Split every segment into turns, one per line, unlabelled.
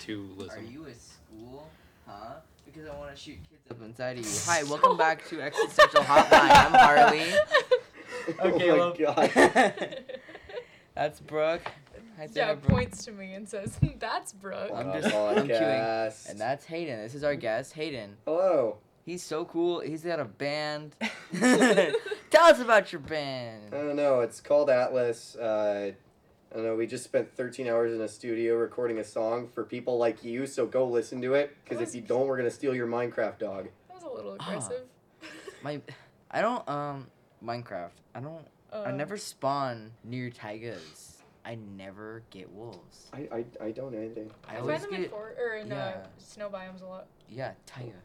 Toulism.
Are you a school? Huh? Because I want to shoot kids up inside of you. Hi, welcome back to Existential Hotline. I'm Harley.
Okay,
oh
well-
my god.
That's Brooke. Hi,
yeah,
Sarah Brooke.
points to me and says, "That's Brooke."
I'm
Uh,
just- I'm queuing.
podcast.
And that's Hayden. This is our guest, Hayden.
Hello.
He's so cool. He's got a band. Tell us about your band.
I don't know. It's called Atlas. Uh, I don't know. We just spent 13 hours in a studio recording a song for people like you, so go listen to it. Because if you don't, we're going to steal your Minecraft dog.
that was a little
Ah.
aggressive.
My, I don't um Minecraft. I don't. I
Um,
never spawn near tigers. I never get wolves.
I, I, I don't know anything.
I
I
always
find them in
get
for or in uh,
yeah.
snow biomes a lot.
yeah tiger.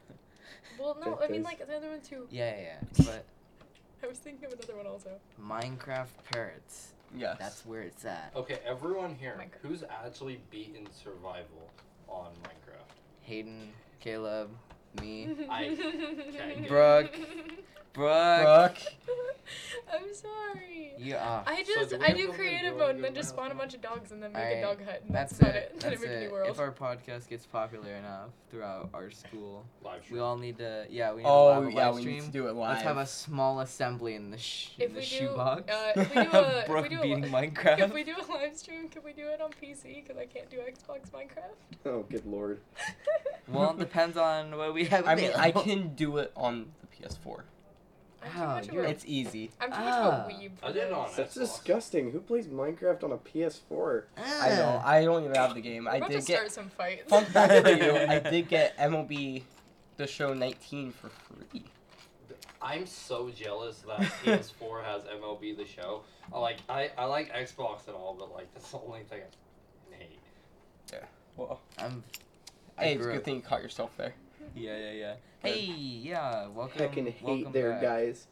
Well, no,
That
I mean
does-
like the other one too.
Yeah, yeah, yeah. But
I was thinking of another one also.
Minecraft parrots.
Yes.
That's where it's at.
Okay, everyone here,
Minecraft.
who's actually beaten survival on Minecraft?
Hayden, Caleb,
Mm.
me,
I- okay,
Brooke. Brooke.
Brooke.
I'm sorry.
You are.
I
So
just
do we
I
have
do
something
creative
going
mode and
good
then just
now?
spawn a bunch of dogs and then make
Alright,
a dog hut. And
That's
about
it.
Then I
That's
make a new
it.
world.
If our podcast gets popular enough throughout our school,
Live
we
stream.
all need to. Yeah, we need to
Oh
have a
yeah,
live
we
stream.
need to do it live.
Let's have a small assembly in the sh-
If
in the
we do,
shoebox.
uh, if we do a- if
Brooke
we do a
beating
li-
Minecraft.
If we do a live stream, can we do it on PC? Because I can't do Xbox Minecraft.
Oh, good lord.
Well, it depends on what we have.
I mean, I
available.
can do it on the PS4.
I'm
Wow,
too much
you're
of a,
It's easy.
I'm too
Ah.
much of a weeb. For
I did it
this.
on
That's
Xbox.
disgusting. Who plays Minecraft on a PS4?
I know. I don't even have the game.
We're
I
about to
did
start
get.
some fights.
Fun fact for you, I did get MLB The Show 19 for free.
I'm so jealous that PS4 has MLB the show. I like I, I like Xbox and all, but like that's the only thing I hate.
Well,
I'm. I
hey, it's a
grew
good
up-
thing you caught yourself there.
Yeah, yeah, yeah. Hey, yeah. Welcome.
I can hate
welcome
their
back.
guys.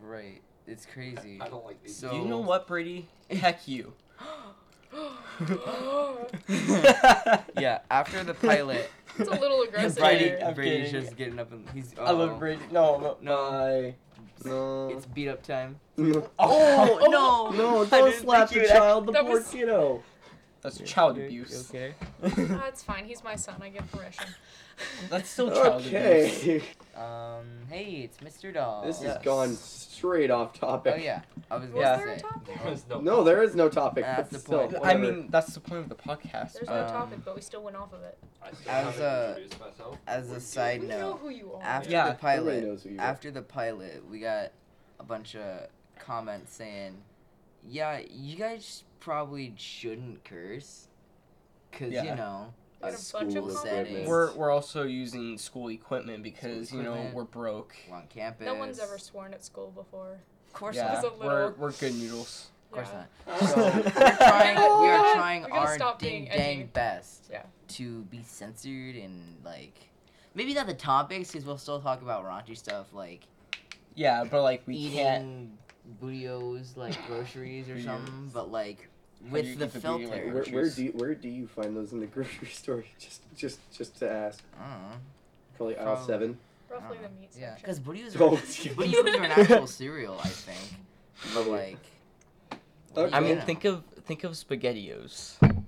Right. It's crazy.
I don't like these.
So-
Do you know what, Brady? Heck you.
it's
yeah. After the pilot,
a little aggressive. Uh,
Brady,
kidding, I'm
Brady's
kidding.
just getting up and he's.
I love
uh-oh.
Brady. No, no,
No.
No.
It's beat up time.
no,
Oh,
no.
no,
I
don't
didn't think
slap the
you would-
child, the
That
poor
was-
kiddo.
That's child abuse.
Okay.
Ah, it's fine. He's my son. I give permission.
That's still child abuse.
Okay.
Um. Hey, it's Mr. Doll.
This has
Yes.
gone straight off topic.
Oh yeah. I was
Was
gonna
there a
say.
topic?
There's no,
No, there is no topic.
That's
but
the
still,
point.
I
whatever.
mean, that's the point of the podcast.
There's
but-
no
Um,
topic, but we still went off of it.
I still
As uh,
haven't
a-
introduced myself.
As
Would
a
you-
side
We know
note,
who you are.
after
Yeah.
the
Nobody
pilot,
knows who you are.
after the pilot, we got a bunch of comments saying, "Yeah, you guys probably shouldn't curse, cause
Yeah.
you know."
We
a
had a bunch of
school
comments.
setting.
We're we're also using school equipment because
School
you know
equipment.
we're broke.
we're on campus.
No one's ever sworn at school before.
Of course
yeah,
not.
Just
Of
a
we're
little-
we're good noodles.
course
Yeah.
not.
So,
So we're trying, we
Oh,
are
yeah.
trying
We gotta
our
stop being
ding
edgy.
dang best
Yeah.
to be censored and like maybe not the topics because we'll still talk about raunchy stuff like
Yeah, but like we can't.
eating burritos like groceries or
Burritos.
something, but like
do you
with the
eat the burrito, like,
filter.
where, where
groceries.
do you, where do you find those in the grocery store? Just just just to ask.
I don't know.
Probably aisle
Probably.
seven.
Roughly
Uh,
the meat
Yeah,
section.
because burritos
Oh,
are burritos are an actual cereal, I think. But like, what do
I
you
mean,
know?
think of think of spaghettios.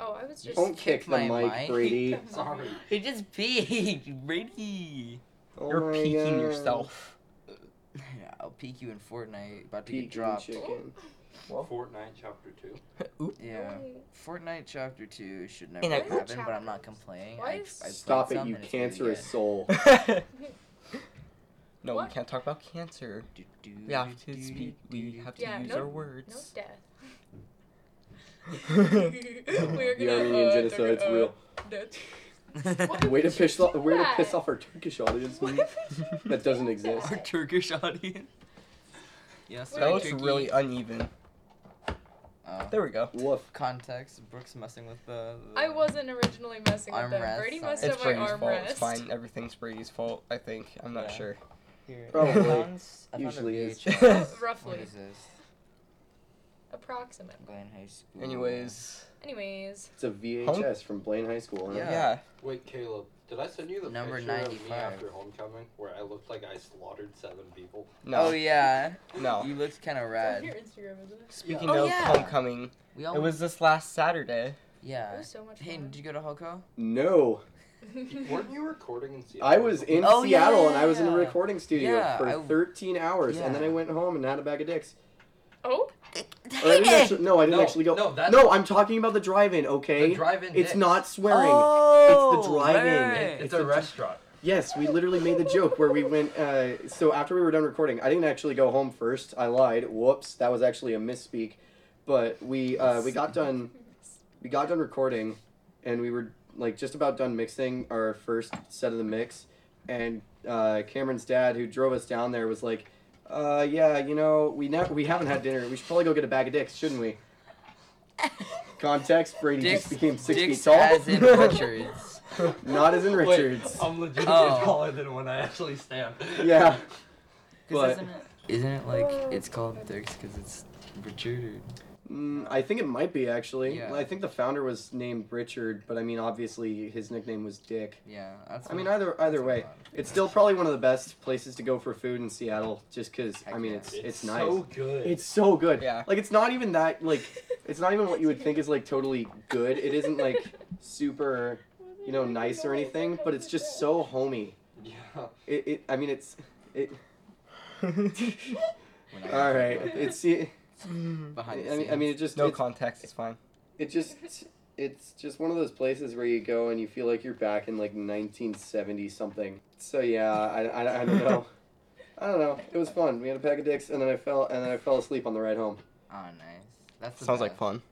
Oh, I was just.
Don't kick
kicked
the
my
mic,
mic.
Brady.
sorry.
it just peaked, Brady.
Oh my
You're peeking
God.
yourself.
I'll peek you in Fortnite. About to
Peeking
get dropped.
chicken.
Fortnite Chapter Two.
Oop.
Yeah.
No.
Fortnite Chapter Two should never
And I-
happen, but I'm not complaining.
Why
I,
is-
I played
Stop it,
some
you
and it's really
cancerous
good.
soul.
no,
What?
we can't talk about cancer.
Do- do-
We have
do- do-
to speak.
do-
We have to
Yeah,
use
no-
our
No
words.
death.
Wait,
we are gonna.
The Armenian
uh,
genocide's
uh,
real.
death.
What?
Way to
would you
piss off.
do
Way to
that?
piss off our Turkish audience.
Why would you
That doesn't
do
exist.
Our
that?
Turkish audience. Yes,
That
that
our
looks
Turkey-
really uh, uneven.
Oh.
There we go.
Woof.
Context. Brooks messing with the. the
I wasn't originally messing with
Armrest
that. Brady
on
messed
it.
It's
up my
Brady's fault.
armrest.
It's fine. Everything's Brady's fault. I think. I'm not
Yeah.
sure.
Here,
Probably.
I found- I found a
Usually is.
VHS. What
Roughly.
is this?
Approximate.
Glen High School.
Anyways.
Anyways,
It's a VHS from Blaine High School. Huh?
Yeah.
yeah.
Wait, Caleb, did I send you the
Number
picture of me
95.
after homecoming where I looked like I slaughtered seven people?
No.
Oh yeah.
No.
You looked kind of
it's on
rad.
your Instagram, isn't it?
Speaking
Oh,
of
yeah.
homecoming,
We
it was this last Saturday.
It
Yeah.
was so much fun.
Peyton, did you go to Hulko?
No,
Weren't you recording in Seattle?
I was in
Oh, yeah,
Seattle
yeah,
and I was in a
yeah.
recording studio
Yeah,
for
I-
13 hours, and then
yeah.
I went home and had a bag of dicks.
oh,
Or I didn't
Hey!
actu- no, I didn't
No,
actually go.
no, that's-
no, I'm talking about the drive-in. Okay,
The drive-in
It's
dicks.
not swearing.
Oh,
drive-in.
right.
It's
It's
a-
a restaurant.
Yes, we literally made the joke where we went. Uh, so after we were done recording, I didn't actually go home first. I lied. Whoops, that was actually a misspeak. But we uh, we got done. We got done recording, and we were like just about done mixing our first set of the mix. And uh, Cameron's dad, who drove us down there, was like, uh, "Yeah, you know, we never we haven't had dinner. We should probably go get a bag of dicks, shouldn't we?" Context: Brady
Dicks,
just became six
dicks
feet tall.
as in Richards.
Not as in Richards.
Wait, I'm legitimately
Oh.
taller than when I actually stand.
yeah.
'Cause
But-
isn't it, isn't it like
Oh.
it's called Dicks because it's Richard?
Mm, I think it might be actually.
Yeah.
I think the founder was named Richard, but I mean, obviously his nickname was Dick.
Yeah, that's.
I mean,
what-
either either
that's
way,
what I'm-
it's still probably one of the best places to go for food in Seattle, just because I
Heck
mean,
yeah.
it's,
It's,
it's nice.
so good.
It's so good.
Yeah.
Like it's not even that like it's not even what you would think is like totally good. It isn't like super you know nice or anything, but it's just so homey.
yeah.
It, it I mean it's it
we're not gonna
all
talk
right.
about
It's I
that behind the
mean I mean it just
no
it's-
context. It's fine.
It just it's just one of those places where you go and you feel like you're back in like 1970 something. So yeah, I, I, I don't know. I don't know. It was fun. We had a pack of dicks and then I fell and then I fell asleep on the ride home.
Oh, nice. That's the
Sounds like
best.
fun.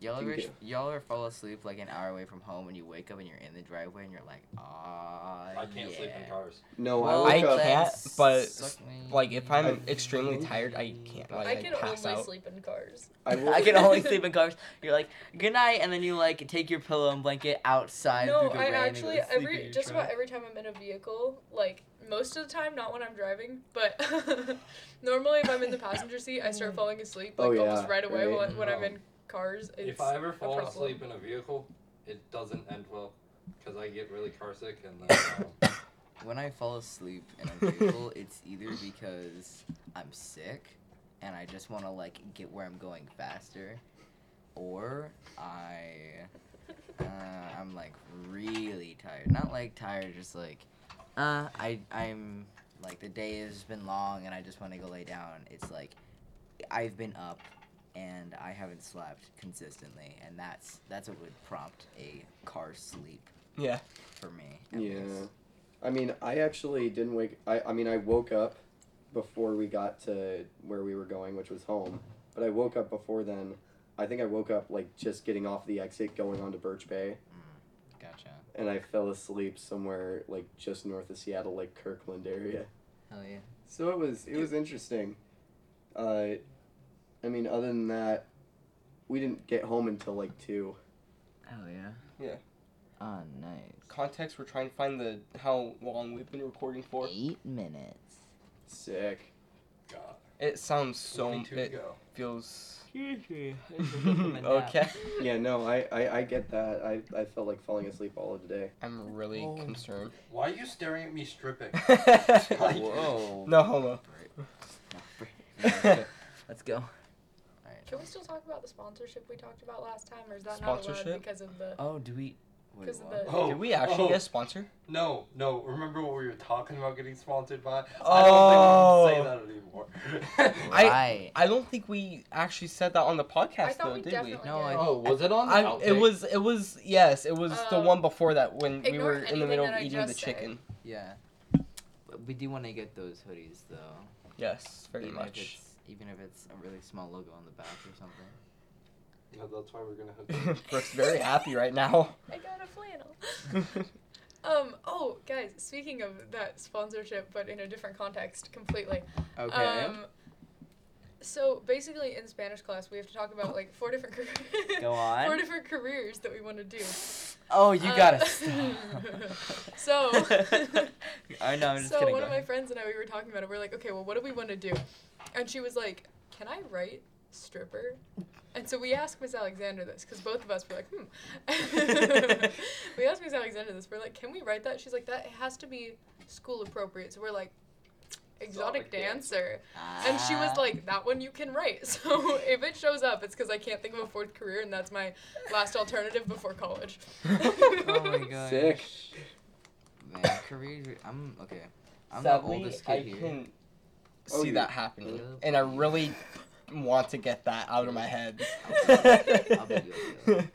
Y'all
Thank
ever,
you.
y'all ever fall asleep like an hour away from home and you wake up and you're in the driveway and you're like, ah,
I can't sleep in cars.
No,
Well,
Oh, I
I
woke up.
can't- but, Like if I'm
I-
extremely tired, I can't like
I can
pass
only
out.
sleep in cars.
I, woke,
I can only sleep in cars. You're like, good night, and then you like take your pillow and blanket outside.
No,
through the
I
rain and
actually
go to sleep in
every
your
just about
truck.
every time I'm in a vehicle, like most of the time, not when I'm driving, but normally if I'm in the passenger seat, I start falling asleep like
Oh, yeah,
almost right away
right.
when, when I'm
No.
in cars. It's,
if I ever fall
problem.
asleep in a vehicle, it doesn't end well because I get really carsick and then. um,
When I fall asleep in a vehicle, it's either because I'm sick and I just want to like get where I'm going faster, or I uh, I'm like really tired. Not like tired, just like uh, I I'm like the day has been long and I just want to go lay down. It's like I've been up and I haven't slept consistently, and that's that's what would prompt a car sleep
Yeah.
for me. at
Yeah.
least.
I mean, I actually didn't wake. I, I mean, I woke up before we got to where we were going, which was home. But I woke up before then. I think I woke up like just getting off the exit, going onto Birch Bay,
Gotcha.
and I fell asleep somewhere like just north of Seattle, like Kirkland area.
Hell yeah.
So it was it was interesting. Uh, I mean, other than that, we didn't get home until like two.
Hell yeah.
Yeah.
Oh, nice.
Context. We're trying to find the how long we've been recording for.
Eight minutes.
Sick.
God,
It sounds so.
22 to
It
go.
feels.
Okay.
okay.
Yeah, no, I, I, I get that. I, I felt like falling asleep all of today.
I'm really
Oh.
concerned.
Why are you staring at me stripping? Like-
Whoa.
no homo.
Let's go.
Can we still talk about the sponsorship we talked about last time, or is that not allowed
Sponsorship?
because of the?
Oh, do we? Wait,
Because of
what?
the-
Oh,
Did we actually
oh,
get a sponsor?
No, no. Remember what we were talking about getting sponsored by? I
Oh.
don't think we can say that anymore.
I-
Right.
I don't think we actually said that on the
I
podcast
thought
though,
we
did
definitely.
we?
No,
did.
I-
oh, was it on? the
I, it
outtake?
was it was yes it was the
Um,
one before that when we
ignore
were in the
anything
middle
that
of
I
eating the
just said.
chicken.
Yeah. But we do want to get those hoodies though.
Yes, very
even If
much.
it's, even if it's a really small logo on the back or something.
Yeah, that's why we're gonna hook up.
Brooke's very happy right now.
I got a flannel. Um. Oh, guys. Speaking of that sponsorship, but in a different context, completely.
Okay.
Um, so basically, in Spanish class, we have to talk about like four different careers.
Go on.
Four different careers that we want to do.
oh, you
uh,
gotta stop.
So.
I know. I'm just
so
kidding.
one
go
of my
ahead.
friends and I, we were talking about it. We're like, okay, well, what do we want to do? And she was like, can I write stripper? And so we asked Miss Alexander this because both of us were like, hmm. we asked Miss Alexander this. We're like, can we write that? She's like, that has to be school appropriate. So we're like, exotic
Exotic dancer.
dancer. And she
Ah.
was like, that one you can write. So if it shows up, it's because I can't think of a fourth career and that's my last alternative before college.
oh my god.
Sick.
Man, careers. are- I'm okay. I'm
Sadly,
the oldest kid
I
here.
can
Oh,
see
you-
that happening,
Yep.
and I really want to get that out of my head.
I'll be good,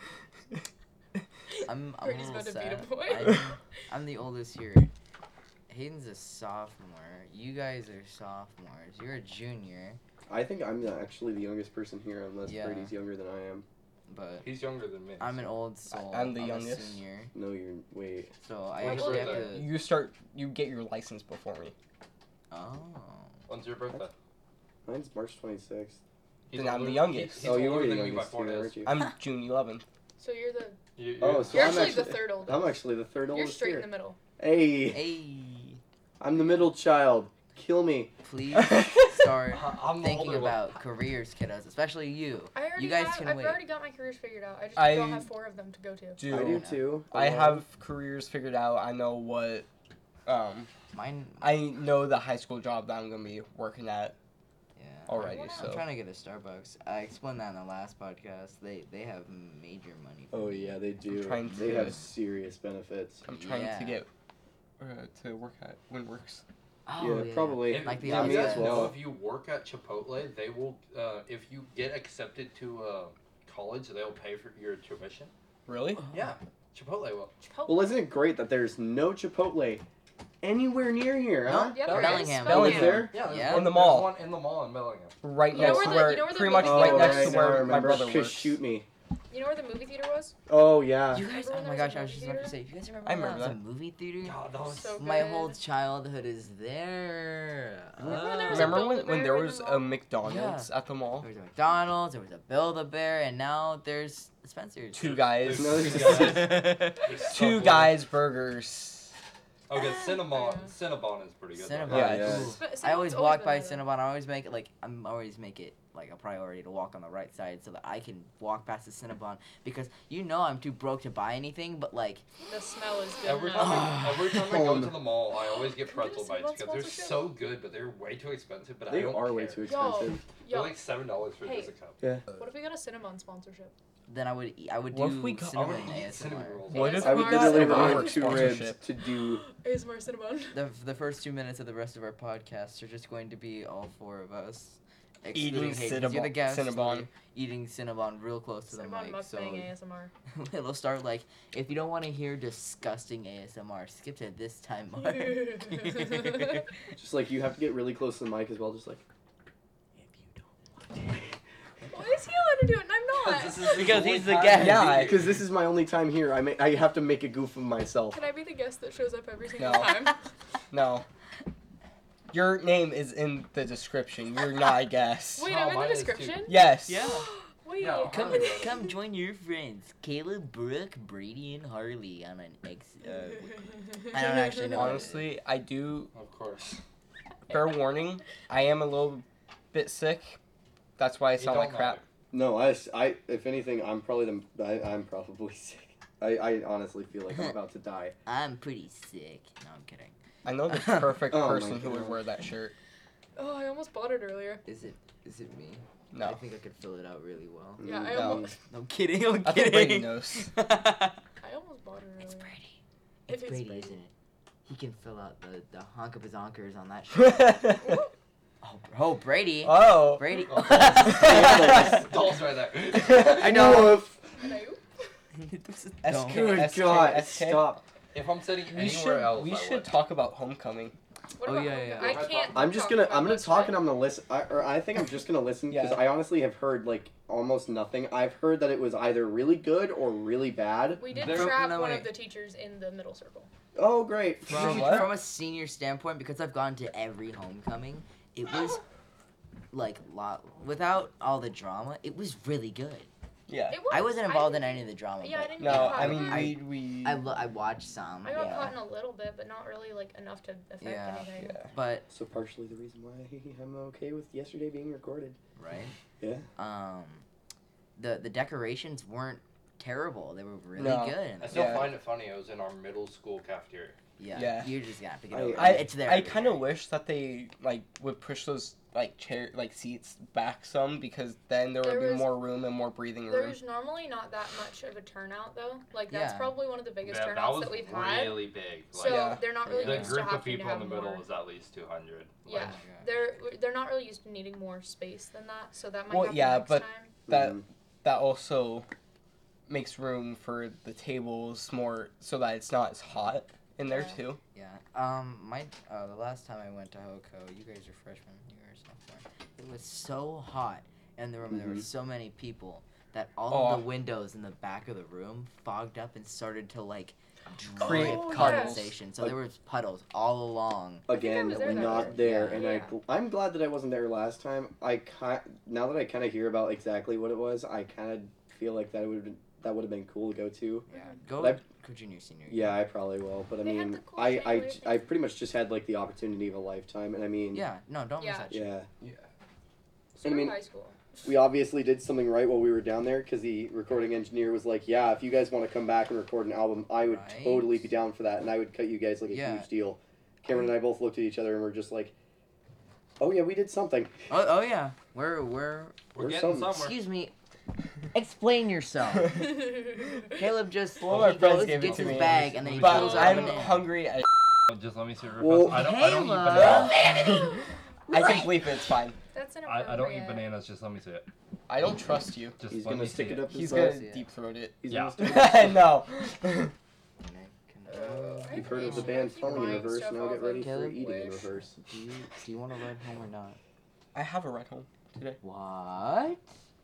I'm, I'm a
Brady's
little
about to beat
sad.
a boy.
I'm, I'm the oldest here. Hayden's a sophomore. You guys are sophomores. You're a junior,
I think I'm the- actually the youngest person here, unless
Yeah.
Brady's younger than I am.
but
He's younger than me.
I'm an old soul.
I'm the
A
youngest.
senior,
No, you're wait.
so I
Wait,
actually have
wait,
to.
you start. You get your license before me.
Oh.
When's your birthday?
Mine's March 26th.
He's
Then I'm
older-
the youngest.
he-
oh, you
older
were the
than me by
youngest,
four
too,
days.
aren't you?
I'm June 11th.
So you're the
You- you-
Oh, so
you're
I'm
actually, the
actually-
third oldest.
I'm actually the third
you're
oldest
straight in the
here.
middle.
Hey,
Hey,
I'm the middle child. Kill me.
please start
I'm the
thinking
older one.
about careers, kiddos, especially you.
I already
You guys
have,
can
I've
wait.
already got my careers figured out. I just
I-
don't have four of them to go to.
Dude,
I do
Yeah.
too.
I
Um,
have careers figured out. I know what. Um,
Mine.
I know the high school job that I'm gonna be working at.
yeah.
Alrighty,
I'm
so-
trying to get a Starbucks. I explained that in the last podcast. They they have major money. for
Oh
me.
yeah, they do.
trying
They
to-
have serious benefits.
I'm trying
Yeah.
to get uh, to work at WinWorks.
Oh,
yeah, probably.
If-
Like the
you guys
me as
outside.
know
well.
if you work at Chipotle, they will. Uh, if you get accepted to uh, college, they'll pay for your tuition.
Really?
Uh-huh.
Yeah, Chipotle will.
Chipotle.
Well, isn't it great that there's no Chipotle anywhere near here? Huh?
yeah,
Bellingham.
Bellingham.
Oh, it's
Bellingham.
there.
Yeah, there's
Yeah.
One,
In the
there's
mall.
one in the mall in Bellingham.
Right
You know
next
where
to
the-
where,
you know where the
pretty much
movie
Oh, right
theater
next
is?
to
now I
where my
remember.
brother
Could
works.
shoot me.
You know where the movie theater was?
Oh yeah.
You guys,
Remember
oh
when
my
there was
gosh,
a
I was just
movie
about to
theater?
say, you guys remember,
Uh, I
when was a
remember
movie theater?
God, that was.
So
my whole
good.
childhood is there. Oh.
Remember when there was a
Remember when, when there
Build-A-Bear in
was
the
a
mall?
McDonald's at the
There
mall?
was a McDonald's, there was a Build a Bear, and now there's Spencer's.
Two guys.
No, there's
Two guys burgers.
Okay, Cinnabon.
Yeah.
Cinnabon is pretty good. though.
Cinnabon.
Yeah, yeah.
Ooh.
Sp-
I always
Cinnamon's
walk by
been there.
Cinnabon. I always make it like I'm always make it like a priority to walk on the right side so that I can walk past the Cinnabon because you know I'm too broke to buy anything, but like
The smell is good.
Every
Every
time, I, every time I go
Home.
to the mall, I always get
Can we get a
pretzel
Cinnabon
bites because they're
sponsorship?
so good, but they're way too expensive. But I
They
don't
are way
care.
too
Yo.
expensive.
They're
Yo,
like seven dollars for
Hey.
just a cup.
what if we got a Cinnamon sponsorship?
then I would eat, I would
What
do
if we got-
I would
Cinnabon
eat cinnamon
ASMR.
rolls.
What if
I would
we
Mars-
literally
Mars-
remove two ribs
sponsorship?
to do.
ASMR Cinnamon.
The the first two minutes of the rest of our podcast are just going to be all four of us
Eating
excluding Hayden, 'cause You're the
Cinnabon-
guest, so
Cinnabon.
you're eating Cinnabon real close to the
Cinnamon
mic.
mukbang
So
ASMR.
it'll start like if you don't want to hear disgusting ASMR, skip to this time mark.
Just like you have to get really close to the mic as well. Just like.
Why is he allowed to do it and I'm not?
This is
Because
only
he's the
time-
guest.
Yeah,
Because this is my only time here. I may, I have to make a goof of myself.
Can I be the guest that shows up every single
No.
time?
No. Your name is in the description. You're not a guest.
Wait,
Oh,
I'm in the
mine is too.
description?
Yes.
Yeah.
Wait,
No,
Come,
Harley wrote it.
come join your friends, Caleb, Brooke, Brady, and Harley on an ex. Uh, I don't actually know.
Honestly, I do.
Of course.
Fair warning, I am a little bit sick. That's why I sound like crap.
No, I, s- I- if anything, I'm probably the I, I'm probably sick. I, I honestly feel like I'm about to die.
I'm pretty sick. No, I'm kidding.
I know the perfect
Oh my
person who would
God.
wear that shirt.
Oh, I almost bought it earlier.
Is it? Is it me? I
No.
think I could fill it out really well.
Mm,
Yeah, I,
No.
almost,
No, I'm kidding. I'm
I think
kidding.
Brady knows.
I almost bought it
it's
earlier.
Brady.
If
It's
it's
Brady,
Brady.
isn't it? He can fill out the, the honk of his honkers on that. Shit.
oh.
oh, Br- oh, Brady.
Uh,
Brady.
Oh.
oh.
Dolls right there.
I know.
Woof.
Hello?
This is
That's
dumb.
good.
Good
SK,
God!
SK.
Stop.
If I'm sitting
We
anywhere
should,
else,
we
I
should
would.
talk about homecoming.
What
Oh,
about
yeah,
Hong
yeah,
Kong?
yeah.
I can't.
I'm just
talk
gonna
about
I'm gonna
this,
talk
right?
and I'm gonna listen. I, or I think I'm just gonna listen because
Yeah.
I honestly have heard like almost nothing. I've heard that it was either really good or really bad.
We did
There-
trap
no,
one
wait.
of the teachers in the middle circle.
Oh great!
From
from,
what?
from a senior standpoint, because I've gone to every homecoming, it was like lot without all the drama. It was really good.
Yeah.
It was.
I wasn't involved in
didn't-
any of the drama.
Yeah, I
but
didn't
No,
Yeah.
I mean,
I-
we. we
I, lo- I watched some.
I got
yeah.
caught in a little bit, but not really like enough to affect
Yeah.
anything.
yeah.
But
So partially the reason why I'm okay with yesterday being recorded.
right.
Yeah.
Um, the the decorations weren't terrible. They were really
No.
good. and
I
they
still
were-
Yeah.
find it funny. I was in our middle school cafeteria.
yeah,
Yeah.
You just have to get
I-
over it.
I-
it's there.
I
every
kind of
day.
wish that they like would push those like chair like seats back some because then there would
There
be
was-
more room and more breathing room.
There's normally not that much of a turnout though. Like that's
Yeah.
probably one of the biggest
That, that
turnouts
was
that we've had.
really big.
So
Like,
Yeah.
they're not really
the
used to
group
having
of people
to
in
have
the middle
more.
was at least 200.
Oh
Yeah.
my
Like,
God.
They're they're not really used to needing more space than that, so that might
Well,
happen
yeah,
next
but-
time.
That-
Mhm.
that also makes room for the tables more so that it's not as hot in there
Yeah.
too.
Yeah. Um, my uh, the last time I went to Hoko, you guys are freshmen, you were sophomore. It was so hot in the room. and There were
Mhm.
so many people that all of
Oh.
the windows in the back of the room fogged up and started to like
Create
drip
puddles.
condensation. So
Like-
there was puddles all along.
I think I
Again,
was there that
not
year.
there,
Yeah.
and
Yeah.
I I'm glad that I wasn't there last time. I ki- now that I kind of hear about exactly what it was, I kind of feel like that would have been that would have been cool to go to.
Yeah. Go
Like-
go junior senior. year.
Yeah, I probably will. But I
They had
mean,
the cool
I I,
chandelier
j- I pretty much just had like the opportunity of a lifetime, and I mean,
Yeah. No, don't miss
Yeah.
that. shit.
yeah.
So
I
we're
mean-
high school.
We obviously did something right while we were down there because the recording engineer was like, "Yeah, if you guys want to come back and record an album, I would
Right.
totally be down for that, and I would cut you guys like a
Yeah.
huge deal." Cameron and I both looked at each other and were just like, "Oh yeah, we did something."
Oh, oh yeah. Where where?
We're
There's
getting
some-
somewhere.
Excuse me. Explain yourself. Caleb just
One of my
he
friends
goes,
gave it
gets
to
his
me.
bag and then he
But
pulls out
I'm
a banana.
hungry. I,
Just let me see.
Well,
Well, I, don't, I don't eat
Caleb!
bananas.
I can bleep it. It's fine.
That's inappropriate.
I, I don't eat bananas. Just let me see it.
I don't trust you.
Just
He's
let
gonna
me
stick
see
it up his
He's
butt.
gonna
Because, yeah.
deep throat it.
He's
Yeah.
gonna stick it up his
no.
Can I- can I-
Uh,
You've heard of the
If
band
you
Falling in
like
Reverse,
stuff
now
off
get ready
of
for
Caleb?
Eating in
Wish.
Reverse.
Do you do you want to ride home or not?
I have a ride home today.
What?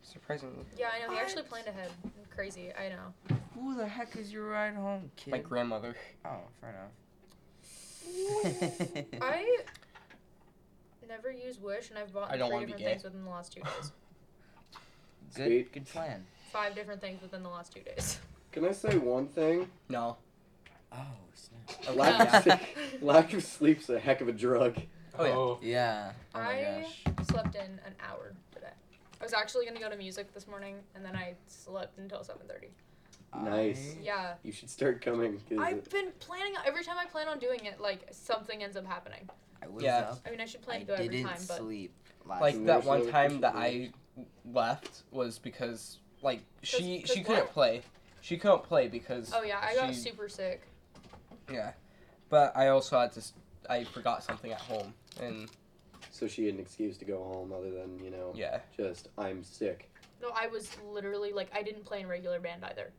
Surprisingly,
Yeah, I know. He actually
What?
planned ahead. Crazy. I know.
Who the heck is your ride home, kid?
my grandmother.
oh, fair enough.
I never use Wish, and I've bought
I don't
three
wanna be
different
gay.
things within the last two days.
good,
Sweet.
good plan.
Five different things within the last two days.
Can I say one thing?
No.
Oh snap.
I
Lack of,
like that.
sleep, lack of sleep's a heck of a drug.
Oh, yeah.
Yeah. Oh my
I-
gosh.
slept in an hour today. I was actually gonna go to music this morning, and then I slept until seven thirty.
I-
Nice.
Yeah,
You should start coming. 'cause
I've been planning. Every time I plan on doing it, like something ends up happening.
I was
Yeah.
up.
I mean, I should plan
I
to go every
didn't
time, but
sleep last
Like
we
that
were
one
so
time that I
appreciative.
left was because like she
'cause
she couldn't
what?
play. She couldn't play because
oh yeah, I got
she-
super sick.
Yeah, but I also had to. s- I forgot something at home, and
So she had an excuse to go home other than, you know,
yeah,
just, I'm sick.
No, I was literally like, I didn't play in regular band either.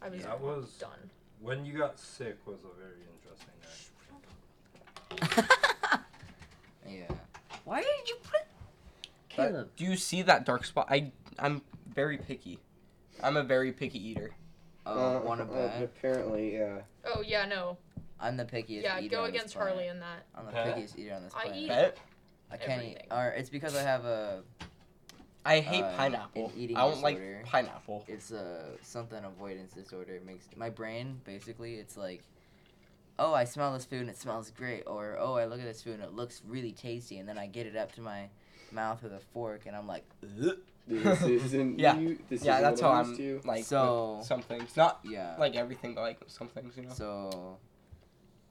I was
That was
done.
when you got sick. Was a very interesting night.
yeah. Why did you put?
But
Caleb.
do you see that dark spot? I I'm very picky. I'm a very picky eater.
Uh,
Oh, one of bad.
Apparently, yeah.
Oh yeah, no.
I'm the pickiest
Yeah,
eater.
go
on this
against Harley
planet.
in that.
I'm the
Huh?
pickiest eater on this
I
planet.
eat-
Bet
I can't eat.
everything.
Or it's because I have a
I hate
Uh,
pineapple.
an eating
I don't
disorder.
like pineapple.
it's a something avoidance disorder. It makes my brain basically it's like, oh, I smell this food and it smells great, or oh, I look at this food and it looks really tasty, and then I get it up to my mouth with a fork and I'm like, Ugh.
This isn't
Yeah.
you. This
Yeah,
isn't
that's how
what I'm
I'm
used to.
like
So-
with some things. Not
yeah.
like everything, but like some things, you know.
so,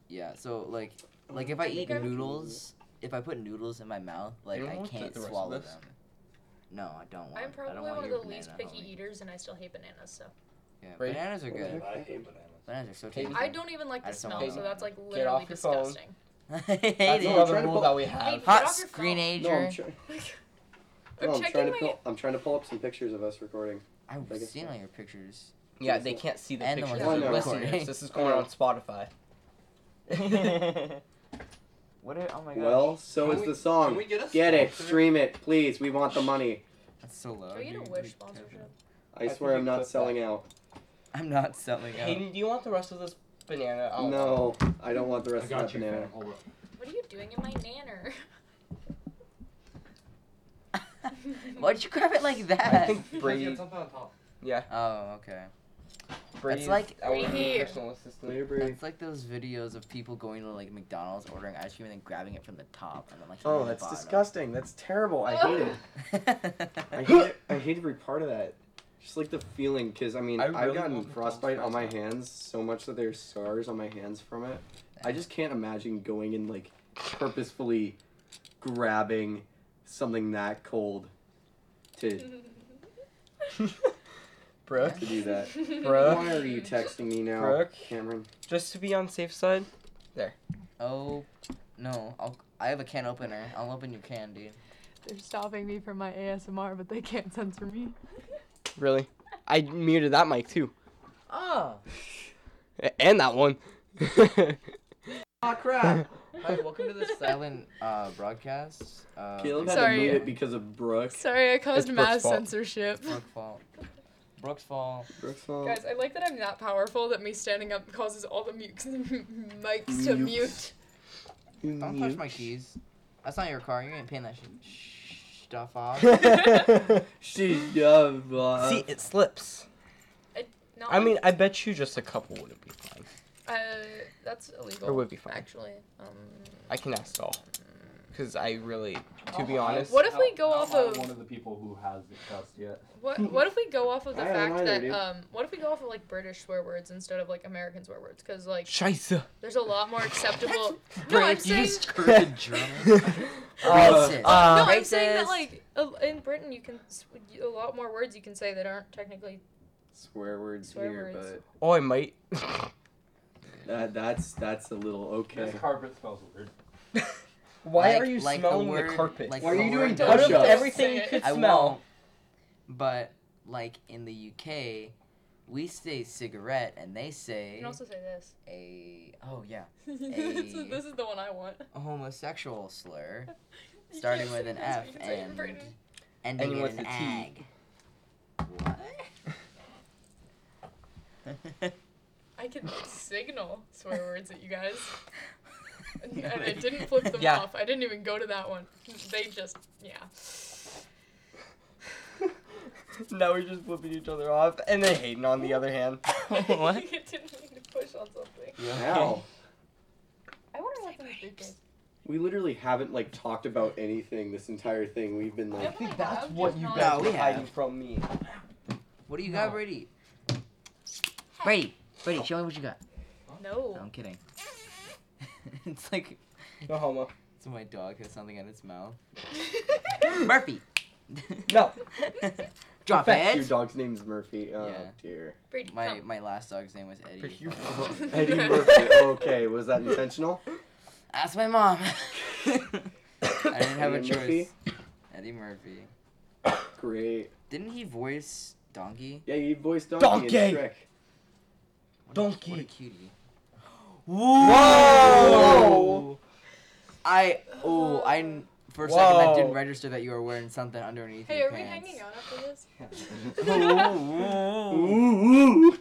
yeah. So like, like if I
think
eat
I'm-
noodles, if I put noodles in my mouth, like
You
I
want the-
can't
the rest of
swallow
this?
them. No, I don't want.
I'm
I
probably
don't
one
want
of
your
the least
banana,
picky
homie.
eaters, and I still hate bananas. So
Yeah,
Right.
bananas are
Yeah.
good.
I hate bananas.
Bananas are so
Hey,
tasty.
I don't even like
I
the
just don't
smell.
wanna-
So that's like
Get off
literally
your phone.
disgusting.
I
That's
hate
no,
it.
I'm
another
trying to
rule
pull-
that we
Hey,
have.
get
Hot
off your phone.
screenager.
No, I'm, try-
I'm
Oh,
no, I'm
checking
trying to
my-
pull. I'm trying to pull up some pictures of us recording.
I've
Like it's
seen
fine.
all your pictures.
Yeah, they can't see the
And the
pictures.
ones
of
that
the
are
listeners,
recording.
this is going on Spotify.
What? Are, oh my god.
Well, so
Can
is
we-
the song.
Can we get a
Get it,
sponsor?
stream it, please. We want the money.
that's so low.
Can we get a
dude.
wish
Dude,
sponsorship?
I,
I think
swear
we
I'm not
clipped
selling out.
I'm not selling out.
Hayden, do you want the rest of this banana? I'll-
No,
oh.
I don't want the
I
rest of
got
that
you.
banana.
fam. Hold up.
What are you doing in my nanner?
Why'd you grab it like that?
I think
Yeah,
Brady.
something on top.
Yeah,
Oh, okay.
Brady's
like-
our
Brady.
personal assistant.
Later, Bree.
It's like those videos of people going to like McDonald's ordering ice cream and then grabbing it from the top and then like.
Oh,
from the
that's
bottom.
disgusting. That's terrible. I hate it. I
disgusting.
hate, I hate every part of that. Just like the feeling, because I mean,
I
I have
really
gotten
want McDonald's
frostbite on my
fries now.
hands so much that there's scars on my hands from it. I just can't imagine going and like purposefully grabbing something that cold to to
Brooke,
do that.
Brooke?
Why are you texting me now,
Brooke?
Cameron?
just to be on safe side.
Oh, no. I'll, I have a can opener. I'll open your can, dude.
They're stopping me from my ASMR, but they can't censor me.
Really? I muted that mic too, Ah.
Oh.
and that one.
Ah crap!
Hi, welcome to the silent uh, broadcast.
Oh,
Uh,
Caleb had
Sorry.
to mute it because of Brooke.
Sorry, I caused
Brooke's
mass
fault.
censorship.
Brooke's fault. Brooke's fault.
Brooke's fault.
Guys, I like that I'm that powerful that me standing up causes all the mukes mics to
Mukes.
mute.
You
Don't touch
mute.
my keys. That's not your car. You ain't paying that sh- sh- stuff off.
She's dumb. uh,
See, it slips.
No,
I mean, I bet you just a couple wouldn't be fine.
uh, that's illegal.
Or would be fine.
Actually, um,
I can ask all, because I really, to be
I'll-
honest,
What if we go
I'll
off
hire
of-
one of the people who has it cussed yet?
what what if we go off of the
I don't
fact
either,
that
dude.
um, what if we go off of like British swear words instead of like American swear words? Because like
Scheiße.
there's a lot more acceptable. no, I'm
Brooke, you
saying
just curted German.
Uh,
Racist.
no,
uh,
I'm saying that
Racist.
like a- in Britain you can s- a lot more words you can say that aren't technically
swear words
Swear
here,
words.
oh, I might.
but that, that's that's a little okay.
This carpet smells weird.
Why
Like-
are you
like the
smelling the,
word-
carpet?
like
Why are
the
you
word
doing
Out
Don't
of
push-ups?
everything
say
you
it.
could
I
smell.
won't. But like in the UK, we say cigarette and they
you
say
can also say this.
a oh yeah
this,
Hey.
is, this is the one I want.
a homosexual slur
You
starting
can't
with an
say this, but
F
you can say it in
and
Britain.
ending
And
in
with
an
a T.
ag. What?
I can signal swear words at you guys. And, and I didn't flip them
Yeah.
off. I didn't even go to that one. They just, yeah.
now we're just flipping each other off, and then Hayden on the other hand.
I didn't mean to push on something.
Ow.
I wonder what these big guys.
We literally haven't like talked about anything this entire thing. We've been
I
I
like,
think
think
that's
I've
what
just
you
not-
guys
No,
were
we
hiding
have.
from me.
What do you got,
No.
Brady? Brady, Brady, show me what you got. No,
No.
I'm kidding. it's like
No homo.
so my dog has something in its mouth. Murphy.
No.
Drop
Perfect.
your
it.
dog's name's Murphy. Oh
Yeah.
dear.
Brady,
My
come.
my last dog's name was Eddie.
You-
Eddie Murphy. Okay, was that intentional?
Ask my mom. I didn't have a
Eddie
choice.
Murphy?
Eddie Murphy.
Great.
Didn't he voice Donkey?
Yeah, you voiced Donkey, in
Donkey!
Shrek.
What a- what
Donkey.
a cutie.
Whoa!
I oh I n- for a second I didn't
Whoa.
register that you were wearing something underneath
hey,
your
are we
pants.
hanging out after this?
Ooh, ooh.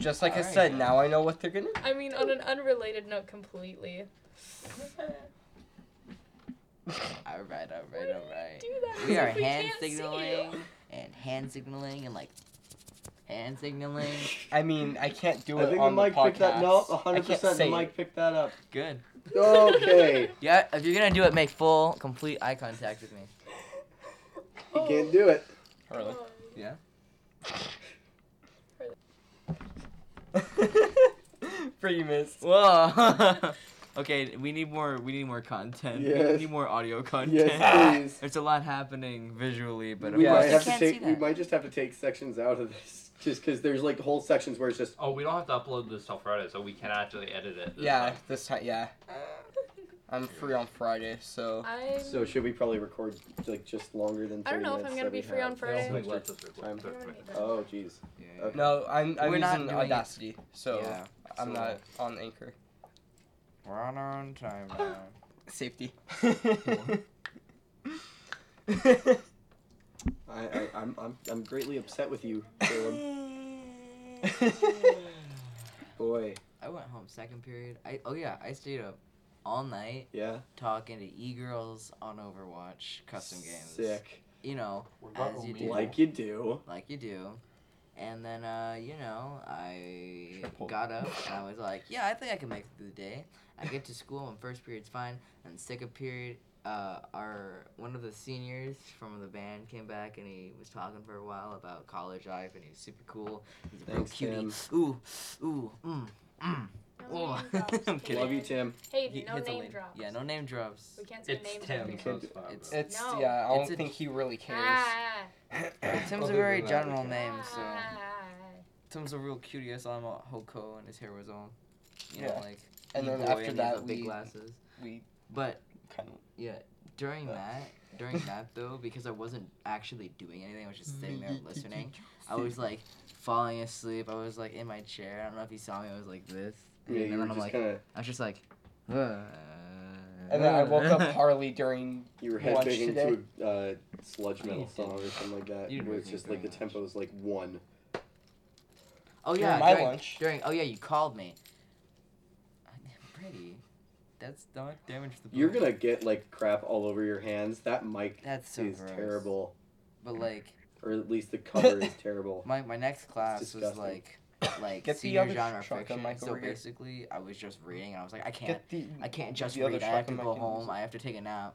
Just like I
Alright.
said, now I know what they're gonna.
I mean, on an unrelated note, completely.
All right, all
Why
right,
did
all
we
right.
Do that
We are
if we
hand
can't see you?
signaling and hand signaling and like hand signaling.
I mean, I can't do
I
it
think the
on
mic
the podcast.
picked that. No,
I
100
can't
percent the
say
mic
it.
picked that up.
Good.
Okay,
Yeah, if you're gonna do it, make full, complete eye contact with me.
he can't do it.
Really?
God.
Yeah.
Pretty missed.
Whoa. okay, we need more. We need more content. We
Yes.
need more audio content.
Yes, please.
There's a lot happening visually, but
we
Yeah,
might
I
have to
can't see
take. We
that.
might just have to take sections out of this, just because there's like whole sections where it's just.
Oh, we don't have to upload this till Friday, so we can actually edit it. this
Yeah,
time.
this time. Yeah, I'm free on Friday, so
I'm.
So should we probably record like just longer than? 30
I don't know if
minutes
I'm gonna
that we
be free
have?
on Friday.
Nobody lets us record.
I don't need that.
Oh jeez.
Yeah.
Okay.
no, I'm I'm
We're not
using
doing it.
Audacity, so
Yeah,
I'm
so-
not on Anchor.
We're on our own time now.
Safety.
I, I I'm, I'm I'm greatly upset with you, Caleb. Boy,
I went home second period. I oh yeah, I stayed up all night
yeah.
talking to e girls on Overwatch custom games.
Sick.
You know,
We're not
as you
only-
do,
Like you do.
like you do. And then uh, you know, I
Triple.
got up and I was like, yeah, I think I can make it through the day. I get to school and first period's fine, and second period uh, our one of the seniors from the band came back and he was talking for a while about college life and he was super cool. He's a real
Thanks,
cutie.
Tim.
Ooh, ooh, mm, mm.
No
Oh,
name drops,
I'm kidding.
Love you,
please.
Tim.
Hey,
He
no
hits a
name
lady.
drops.
Yeah, no name drops.
We can't say
It's
names.
Tim.
Tim.
So it's fine,
It's-
bro.
It's
No.
yeah. I
It's
don't
a-
think he really cares.
Ah,
Tim's a
Other
very
than that,
general
we
name, so
ah.
Tim's a real cutie. I saw him at Hoko and his hair was all, you know,
Yeah.
like
And
big
then
boy
after
and he
that,
had big
we-
glasses.
We
But
kind of
Yeah, during
But-
that, during that though, because I wasn't actually doing anything, I was just sitting there listening. I was like falling asleep. I was like in my chair. I don't know if you saw me. I was like this.
Yeah,
and
you
then
were
I'm
just
like,
kind of
I was just like. "Uh,
And then I woke up Harley during
you were
Watch
headbanging
today.
to a uh, sludge metal
You did.
song or something like that,
You
where it's
didn't
just
very
like the
much.
tempo is like one.
oh
during
yeah,
my
during,
lunch.
during- oh yeah, you called me. I'm pretty. That's not damage to the.
You're
bone.
gonna get like crap all over your hands. That mic
That's so
is
gross.
terrible,
But like
or at least the cover is terrible.
my my next class was
disgusting.
like like
Get the
senior
other
genre
shotgun
fiction.
mic
So
over here.
basically, I was just reading, and I was like, I can't.
get the.
I can't just
the other
read. I have to
shotgun
go
mic and use
home.
it.
I have to take a nap.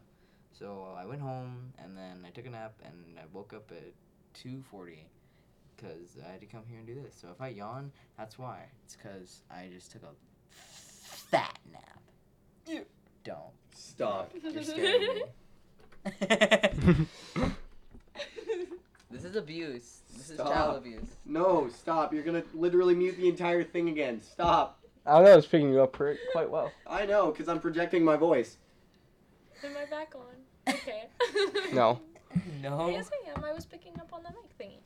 So I went home and then I took a nap and I woke up at two forty because I had to come here and do this. So if I yawn, that's why. It's because I just took a fat nap.
Ew.
Don't.
Stop.
You're scaring me. this is abuse.
This is child Stop.
abuse.
No, stop. You're gonna literally mute the entire thing again. Stop.
I don't know. I was picking you up pretty, quite well.
I know, cause I'm projecting my voice.
Am I back on? Okay.
No,
No.
Yes, I am. I was picking up on the mic thingy.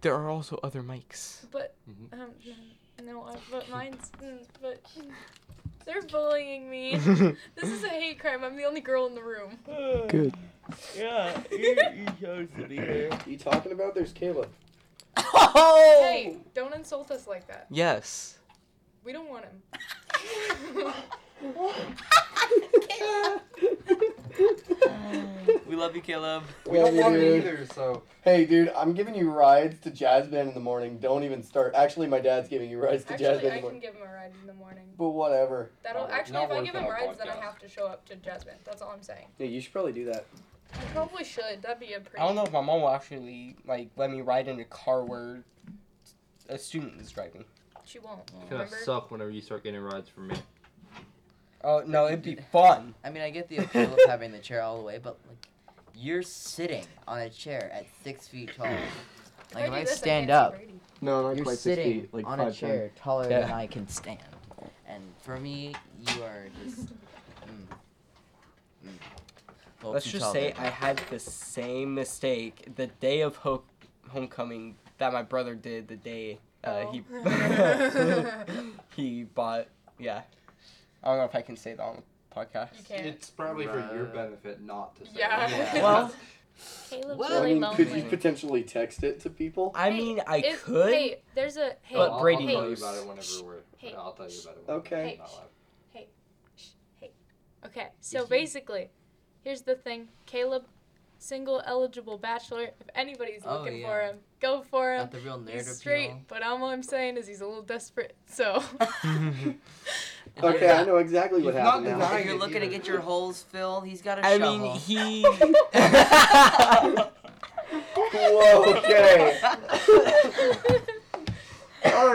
there are also other mics.
But
Mhm.
Mm-hmm.
um, no, I, but mine's mm, but mm. they're bullying me. this is a hate crime. I'm the only girl in the room.
Good.
Yeah.
You talking about? There's Caleb.
Oh.
Hey, don't insult us like that.
Yes.
We don't want him.
We love you, Caleb.
We don't want it either, so
Hey, dude, I'm giving you rides to jazz band in the morning. Don't even start. Actually, my dad's giving you rides to jazz
actually,
band in
I
the
can
morning.
give him a ride in the morning.
But whatever.
That'll
Not worth-
actually,
not
if I
worth
give
it
him
on
rides, then I
podcast.
have to show up to Jasmine. That's all I'm saying.
Yeah, you should probably do that.
I probably should. That'd be a pretty.
I don't know if my mom will actually like let me ride in a car where a student is driving.
She won't.
It's
Remember?
suck whenever you start getting rides from me.
Oh no, it'd be fun.
I mean, I get the appeal of having the chair all the way, but like, you're sitting on a chair at six feet tall. Like, if
do
I
this,
stand
can't see
up,
Brady.
No, not
you're sitting on a chair taller
Yeah.
than I can stand. And for me, you are just. Mm, mm. Well,
Let's
too
just
tall
say
there.
I had the same mistake the day of ho- homecoming that my brother did the day uh,
Oh.
Oh.
he he bought. Yeah, I don't know if I can say that on the podcast.
You can't.
it's probably for your
Right.
benefit not to say.
Yeah.
it.
Well-
Caleb's
Well,
Well, I
really
mean,
lonely.
could you potentially text it to people?
I
Hey,
mean, I
If-
could.
Hey, there's a hey.
But
I'll, I'll
Brady
tell you
knows.
about it whenever we're.
Hey.
I'll tell you about it. Whenever
Okay.
we're not live.
Okay, so basically, here's the thing. Caleb, single eligible bachelor. If anybody's
Oh,
looking
yeah.
for him, go for him.
Not the real nerd
He's straight,
appeal.
But all I'm saying is he's a little desperate. So
If you're
Okay, I
not-
know exactly what
He's
happened
not
now.
If you're
Either.
looking to get your holes filled, he's got a
I
shovel.
mean, he.
Whoa, okay. All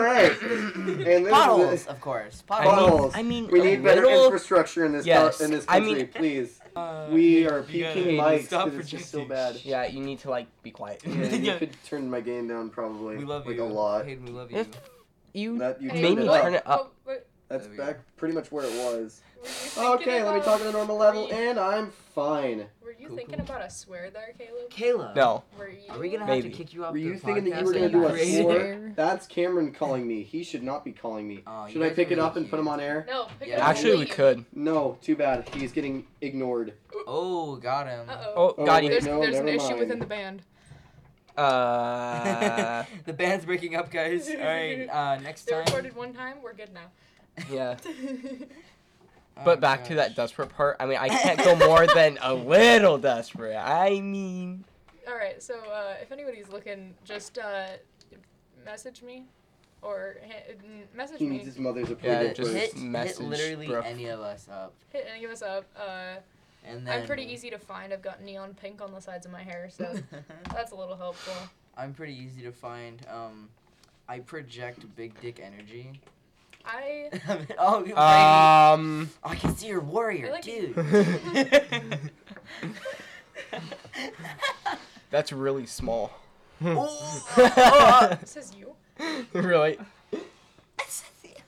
right. And this
Potholes,
is
of course.
I
Potholes.
mean,
Potholes.
I mean,
we
a
need better
little-
infrastructure in this co-
Yes,
in this
I
country,
mean-
please.
Uh,
We are
you gotta-
peaking mics.
stop
It's just so
projecting.
bad.
Yeah, you need to like be quiet.
Yeah,
Yeah.
you could turn my game down probably.
We love
like
you.
a lot.
Hayden, we love you.
If you
That you
Hey,
made
turned
me
it
what?
turn
up.
it up.
But,
That's
There we
back pretty much where it was.
but were you thinking
Okay, let me
about-
talk at a normal
Were
level,
you,
and I'm fine.
were you
Cool,
thinking
cool.
about a swear there, Caleb?
Caleb.
No,
Were you?
Are we gonna have
Maybe.
to kick you off
Were
the
you thinking that
podcast
you were
that
gonna do a
created?
sword? That's Cameron calling me. He should not be calling me.
Oh, you
should I
guys
pick
are
it up
really
and put him
cute.
on air?
No. Pick
Yeah.
it up
actually,
and
we
leave.
could.
No, too bad. He's getting ignored.
Oh, got him.
Uh-oh.
Oh, got
wait,
you.
There's,
no,
there's an
never
issue
mind.
within the band.
Uh,
the band's breaking up, guys. All right, uh, next
They
time.
recorded one time. We're good now.
Uh.
yeah.
Oh,
But back to that
gosh.
desperate part. I mean, I can't go more than a little desperate. I mean,
All right. So uh, if anybody's looking, just uh, message me, or ha- n- message
He
me.
needs his mother's
Yeah,
approval
just-
first.
hit, hit
message,
literally
bro.
any of us up.
hit and give us up. Uh,
And then
I'm pretty easy to find. I've got neon pink on the sides of my hair, so that's a little helpful.
I'm pretty easy to find. Um, I project big dick energy.
I
oh, you might-
Um.
I can see your warrior,
I like-
dude.
That's really small. Oh.
it says you.
really?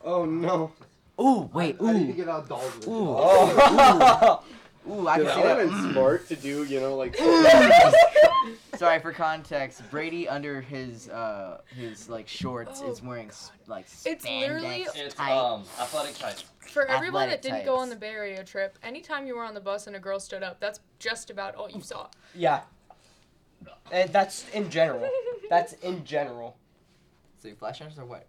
Oh no.
Ooh, wait,
I, I need to
ooh,
get out dolls. with
Ooh.
it.
Oh.
ooh, I
Dude,
can see
that
that.
would've been smart to do, you know, like.
Sorry for context. Brady under his uh his like shorts
Oh,
is wearing s like
It's literally-
spandex
It's
tight.
um athletic types.
For everyone
Athletic
that didn't go
types.
on the Bay Area trip, anytime you were on the bus and a girl stood up, that's just about all you saw.
yeah. Eh, that's in general. That's in general.
So you flash us or what?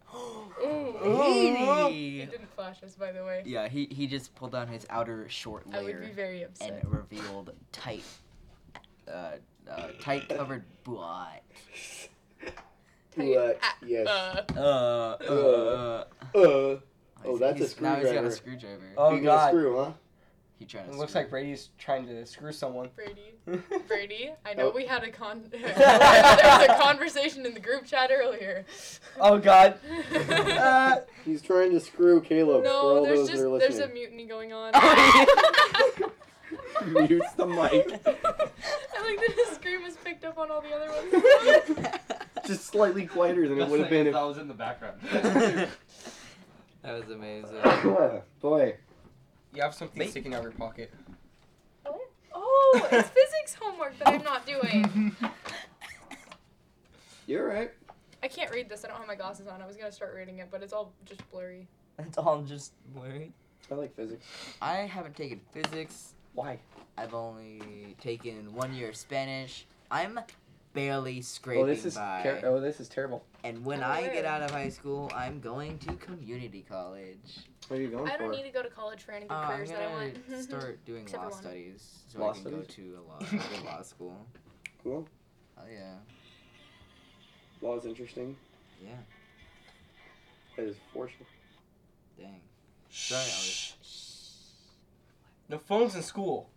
He
Brady.
didn't flash us, by the way.
Yeah, he he just pulled down his outer short
I would
layer
be very upset.
and revealed tight, uh, uh tight covered butt.
What? Yes.
Uh,
Uh, uh, uh.
Uh. Oh,
he's-
that's a
he's- Now he's got a
screwdriver.
screwdriver.
Oh
you
god.
got screw, huh?
He trying to.
It looks
screw.
like Brady's trying to screw someone.
Brady,
Brady.
Brady, I know
Oh.
we had a con. there was a conversation in the group chat earlier.
Oh god.
no,
Uh,
He's trying to screw Caleb. for all
there's
those
just
that are
there's a
listening. Oh,
mutiny going on.
Mute the mic.
I like that his scream was picked up on all the other ones.
Just slightly quieter than it
Best
would have
thing
been
is I
if.
was in the background.
that was amazing.
Boy.
you have something
Mate.
sticking out of your pocket.
Oh, it's physics homework that I'm not doing.
You're right.
I can't read this. I don't have my glasses on. I was gonna start reading it, but it's all just blurry.
That's all just blurry.
I like physics.
I haven't taken physics.
Why?
I've only taken one year of Spanish. I'm barely scraping
Oh, this is.
by.
Ter- oh, this is terrible.
and when
I'm
I
aware.
get out of high school, I'm going to community college.
What are you going
I
for?
don't need to go to college for any good
Uh, I'm
careers that I
gonna
want.
start doing
Except
law
for one.
studies so
Law
I can go
studies?
to a law, a good law school.
Cool.
Oh yeah.
Law is interesting.
Yeah.
It is fortunate.
Dang. Sorry, I was.
No phones in school.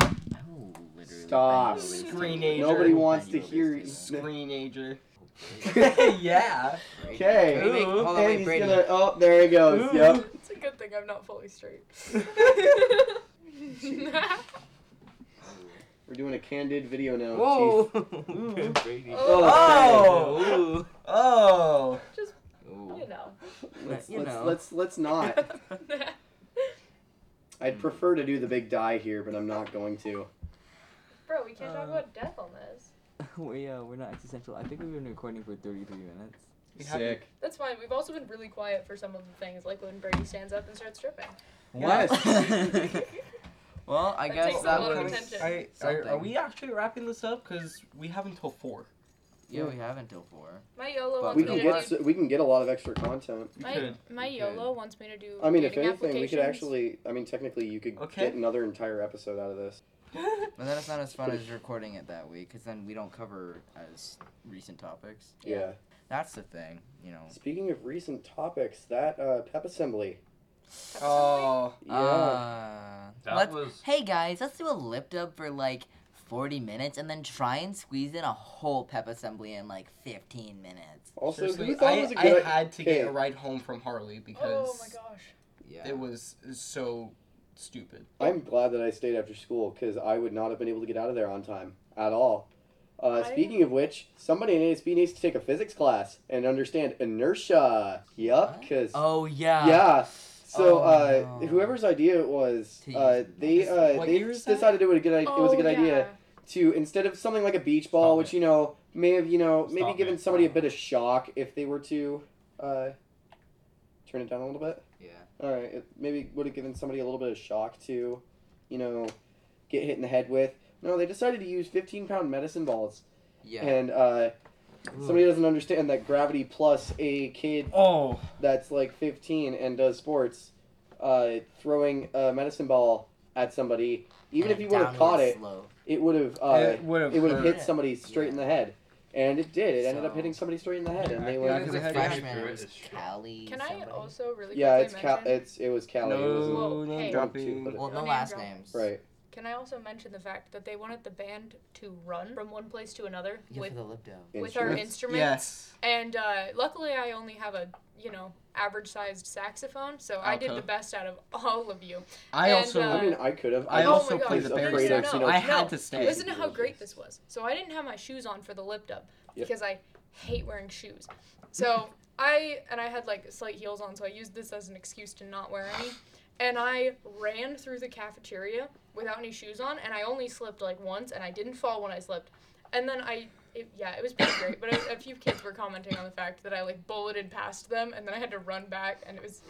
I will literally.
Stop.
Screenager.
Nobody wants to hear you.
Screenager.
okay.
yeah.
Okay. Brady,
Ooh,
hold on,
And
wait,
he's
Brady.
gonna. Oh, there he goes.
Ooh.
Yep.
It's a good thing I'm not fully straight.
We're doing a candid video now.
Whoa.
Chief.
Ooh, Oh, Brady.
Oh.
Oh. Oh.
Ooh.
you know.
Let's,
You
let's,
know.
let's let's not. I'd prefer to do the big die here, but I'm not going to.
Bro, we can't
Uh,
talk about death on this.
we uh, we're not existential. I think we've been recording for 33 minutes.
We have-
Sick.
That's fine. We've also been really quiet for some of the things, like when Brady stands up and starts stripping.
Yes. well, I
That
guess
takes a
that
lot of
was.
attention.
Are, are, are
Something.
we actually wrapping this up? Because we have until four.
Yeah, we have until four.
My YOLO
But
wants
We
me
can
to
get
do.
s- we can get a lot of extra content.
My, my YOLO wants me to do.
I mean, if
dating
anything, we could
applications.
actually. I mean, technically, you could
Okay.
get another entire episode out of this.
But then it's not as fun
Pretty-
as recording it that way, because then we don't cover as recent topics.
Yeah.
That's the thing, you know.
Speaking of recent topics, that uh, pep assembly.
Oh.
Yeah.
Uh,
That
let's,
was-
Hey guys, let's do a lip dub for like 40 minutes, and then try and squeeze in a whole pep assembly in like 15 minutes.
also, who
Seriously,
thought it
I,
was a
I
good?
had to get
Okay.
a ride home from Harley because
Oh my gosh.
Yeah.
it was so stupid.
I'm glad that I stayed after school because I would not have been able to get out of there on time at all. Uh,
I-
speaking of which, somebody in ASB needs to take a physics class and understand inertia. Yup,
What?
because
Oh yeah.
yeah. So
Oh,
uh,
no.
whoever's idea it was,
To
uh,
use
they
knives.
uh,
What
they
year is that?
decided it was a good idea. It was a
Oh,
good idea to instead of something like a beach ball,
Stop
which you know may have you know maybe
Stop
given
it.
somebody a bit of shock if they were to uh, turn it down a little bit.
Yeah.
All right, it maybe would have given somebody a little bit of shock to, you know, get hit in the head with. No, they decided to use 15 pound medicine balls.
Yeah.
And uh, somebody doesn't understand that gravity plus a kid
Oh.
that's like 15 and does sports uh, throwing a medicine ball at somebody, even if
And
he would have
downward
caught it,
slope.
it would have uh,
it would have
it would have
hurt.
hit somebody straight in the head. And it did. It ended up
So-
hitting somebody straight in the head, and they
Yeah,
Yeah,
went.
because
I
a
had-
freshman
Yeah.
it was Cali.
Can I
somebody.
also really
Yeah,
quickly
it's Cal-
mention?
it's it was Cali. It was
No
Whoa,
name
hey.
dropping.
Well, no
name
last
drop.
names.
right.
Can I also mention the fact that they wanted the band to run from one place to another
Yeah,
with
for the lip down.
with our
Instruments?
instruments?
Yes.
And uh, luckily, I only have a you know average sized saxophone, so I did
Okay.
the best out of all of you.
I
And,
also
uh,
I mean, I could have.
I
Oh
also
my God,
play the
no,
bear
no,
sax.
no,
I
no.
had to stay.
Listen to how great this was. So I didn't have my shoes on for the lip dub
Yep.
because I hate wearing shoes. So I and I had like slight heels on, so I used this as an excuse to not wear any. And I ran through the cafeteria without any shoes on, and I only slipped like once, and I didn't fall when I slipped. And then I, it, yeah, it was pretty great. But a, a few kids were commenting on the fact that I like bulleted past them, and then I had to run back, and it was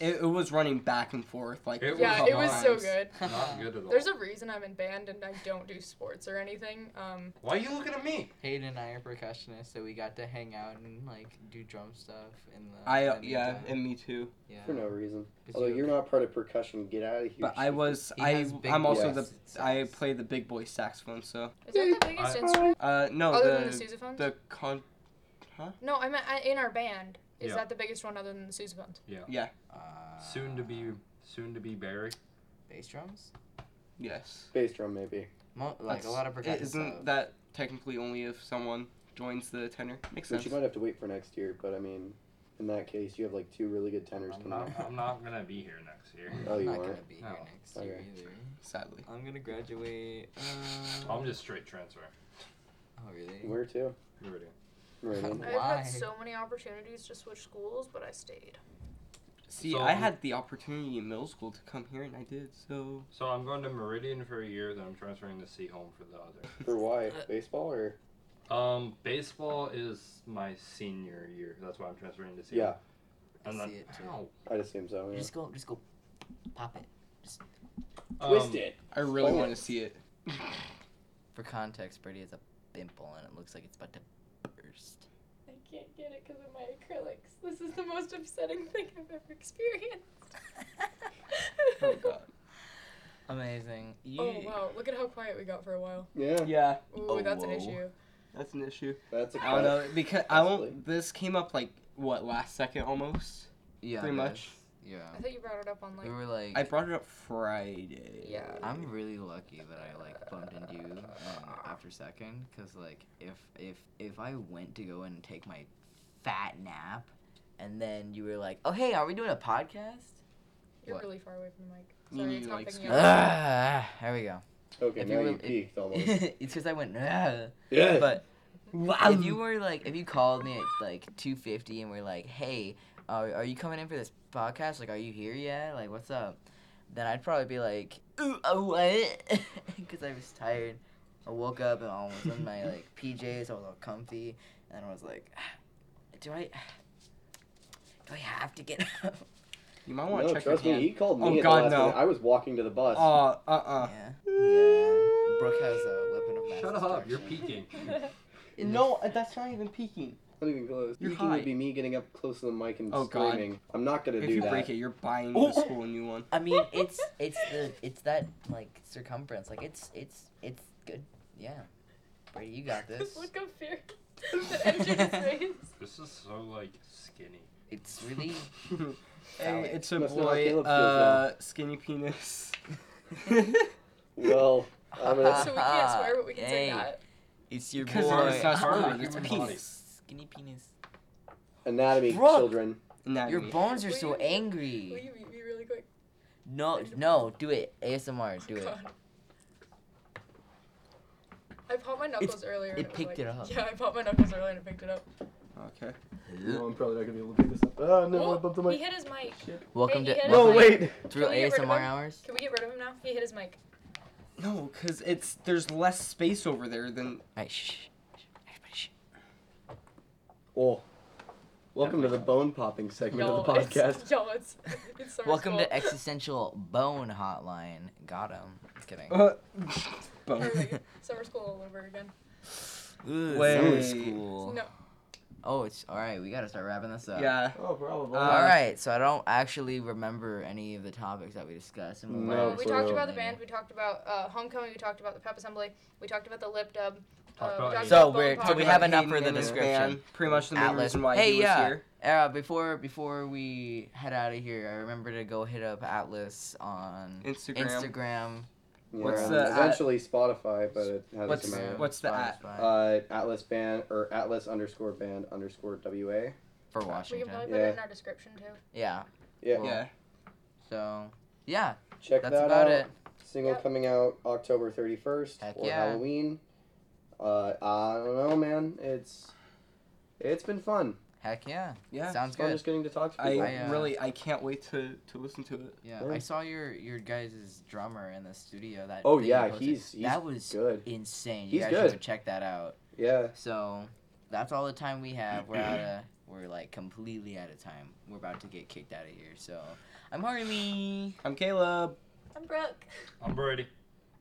It, it was running back and forth like
It
a
yeah,
couple
it was so
times.
good.
Not good at all.
There's a reason I'm in band and I don't do sports or anything. Um,
Why are you looking at me?
Hayden and I are percussionists, so we got to hang out and like do drum stuff in the.
I
in
uh,
the
yeah,
meantime.
and me too.
yeah.
For no reason.
'Cause
Although
you-
you're not part of percussion, get out of here.
But I
Steve.
was
He
I
has big
I'm also
voice.
the I play the big boy saxophone. So
is that the biggest
I-
instrument?
uh no
other
the
than the sousaphones?
the con
no, I meant I- in our band. Is
Yeah.
that the biggest one other than the sousaphones?
Uh,
Soon to be, soon to be Barry.
bass drums.
yes.
bass drum maybe.
Mo- like a
That's-
lot of percussion
Isn't
stuff.
that technically only if someone joins the tenor? Makes
Which
sense.
you might have to wait for next year. But I mean, in that case, you have like two really good tenors
I'm
coming
not,
up.
I'm not gonna be here next year.
Oh,
I'm
you
not
are?
gonna be here
Oh,
next year
okay.
either.
Sadly.
I'm gonna graduate. Uh,
I'm just straight transfer.
Oh really?
Where to?
Meridian.
Meridian.
I've had Why?
I've had
so
so many opportunities to switch schools, but I stayed.
See,
So-
I had the opportunity in middle school to come here, and I did. So
So I'm going to Meridian for a year, then I'm transferring to Seaholm for the other.
For why? Baseball or?
Um, baseball is my senior year. That's why I'm transferring to
Yeah,
Seaholm.
I
And
see
then,
it too.
Ow.
I'd assume so.
You
Yeah.
Just go, just go, pop it.
Um,
it.
I really
Oh.
want to see it.
For context, Brady has a pimple and it looks like it's about to burst.
I can't get it because of my acrylics. This is the most upsetting thing I've ever experienced.
Oh god.
Amazing.
Oh
Yee.
wow! Look at how quiet we got for a while.
Yeah,
Yeah,
Ooh,
Oh,
that's an
whoa.
issue.
that's an issue.
that's a
I don't know because I
Possibly.
don't. This came up like what last second almost.
Yeah.
Pretty
I
much.
guess. Yeah.
I thought you brought it up on like.
We were like.
I brought it up Friday.
Yeah.
I'm really lucky that I like bumped into you um, after second, cause like if if if I went to go and take my fat nap, and then you were like, oh hey, are we doing a podcast?
You're
What?
really far away from the mic.
You
Sorry,
need
it's
to,
not
like,
picking
scoot
up.
Ah, there we go.
Okay,
If
now
you
you
were-
peaked almost.
it's because I went. "Ah."
yeah,
But
Wow.
if you were like, if you called me at like two fifty and were like, "Hey, are are you coming in for this podcast? Like, are you here yet? Like, what's up?" Then I'd probably be like, "Ooh, oh, what?" Because I was tired. I woke up and I was in my like PJs. I was all comfy, and I was like, "Ah, "Do I? Do I have to get up?"
you might want
no,
to check
trust
your
me,
hand.
he called me.
Oh,
at the
God,
last
no.
minute. I was walking to the bus.
Uh, uh, uh.
yeah. Yeah. Brooke has a weapon of mass
Shut up! You're
destruction.
peeking.
In the
No, that's not even peeking.
Not even close.
You're
Peeking
high.
would be me getting up close to the mic and
Oh, God.
screaming. I'm not gonna
If
do
you
that.
break it, you're buying
Oh,
the
oh.
school a new one.
I mean, it's it's the it's that like circumference. Like it's it's it's good. Yeah, Brady, you got this.
Look how fear that entered his face.
This is so like skinny.
It's really
Hey, it's a
Must know how
boy.
Caleb feels
Uh, skinny penis.
Well, I'm gonna-
So we can't swear, but we can say
Yay.
that.
It's your
Because
boy.
it's not
Harvard
sperm, it's
human
penis.
Skinny penis.
anatomy,
Brooke.
children.
Your
Anatomy.
bones are
Will
so
you- Will
angry.
you eat me really quick?
No, no, do it. ASMR, do it.
God. I popped my knuckles earlier. and
it
was
picked
like,
it up.
Yeah, I popped my knuckles earlier and it picked it up.
Okay.
I'm probably not gonna be able to pick this up. Oh
Oh,
bumped the
he hit his mic.
Welcome
Hey,
to
Ian.
No,
welcome
wait.
to real
Can we get rid of
ASMR
him?
hours.
Can we get rid of him now? He hit his mic.
No, cause it's there's less space over there than
Alright, shh. shh, Everybody, shh.
Oh. Welcome to the bone popping segment
Y'all,
of the podcast.
It's, y'all, it's, it's summer
Welcome
school.
to existential bone hotline. Got him. Just kidding.
uh,
Or,
bone.
like, summer school all over again.
Ooh,
Wait.
summer school.
No.
Oh, it's all right. We gotta start wrapping this up.
Yeah.
Oh, probably.
Uh,
all right. So I don't actually remember any of the topics that we discussed. And we'll
No,
Well,
let-
uh, we
so-
talked about the band. We talked about uh, homecoming. We talked about the pep assembly. We talked about the lip dub.
Talked
uh,
about
we talked
Hayden.
So
about
we're-
Bone
so we
Pocket.
have
About
enough
Hayden
for the
and his
description.
band, Pretty much the main
Atlas.
reason why
Hey,
he was
yeah.
here.
Uh, before before we head out of here, I remember to go hit up Atlas on
Instagram.
Instagram,
Yeah,
What's the at-
eventually Spotify, but it has
What's-
come out.
what's the
Spotify.
at?
Uh, Atlas band or Atlas underscore band underscore WA.
for
We can
Washington.
probably put
Yeah.
it in our description too.
Yeah.
Yeah,
Well,
Yeah.
So yeah,
check
that's
that
about
out.
it.
Single
Yep.
coming out October 31st
Heck
or
yeah.
Halloween. Uh, I don't know, man. It's it's been fun.
Heck yeah.
Yeah.
Sounds
It's fun
good.
just getting to talk to
I
people.
I, uh,
really I can't wait to to listen to it.
Yeah.
Yeah.
I saw your your guys' drummer in the studio that
oh
day you
yeah,
posted.
he's he's
that was
good.
insane. You
He's
guys
good.
should go check that out.
Yeah,
So that's all the time we have. We're out of we're like completely out of time. We're about to get kicked out of here. So I'm Harmony.
I'm Caleb.
I'm Brooke.
I'm Brady.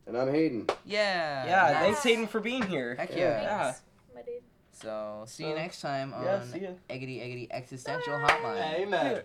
and I'm Hayden.
Yeah.
yeah.
nice.
Uh, Thanks Hayden for being here.
Heck yeah.
Yeah.
Yeah.
Thanks, my dude.
So see you
So,
next time on
Yeah. See ya.
Eggity Eggity Existential Hotline.
Amen.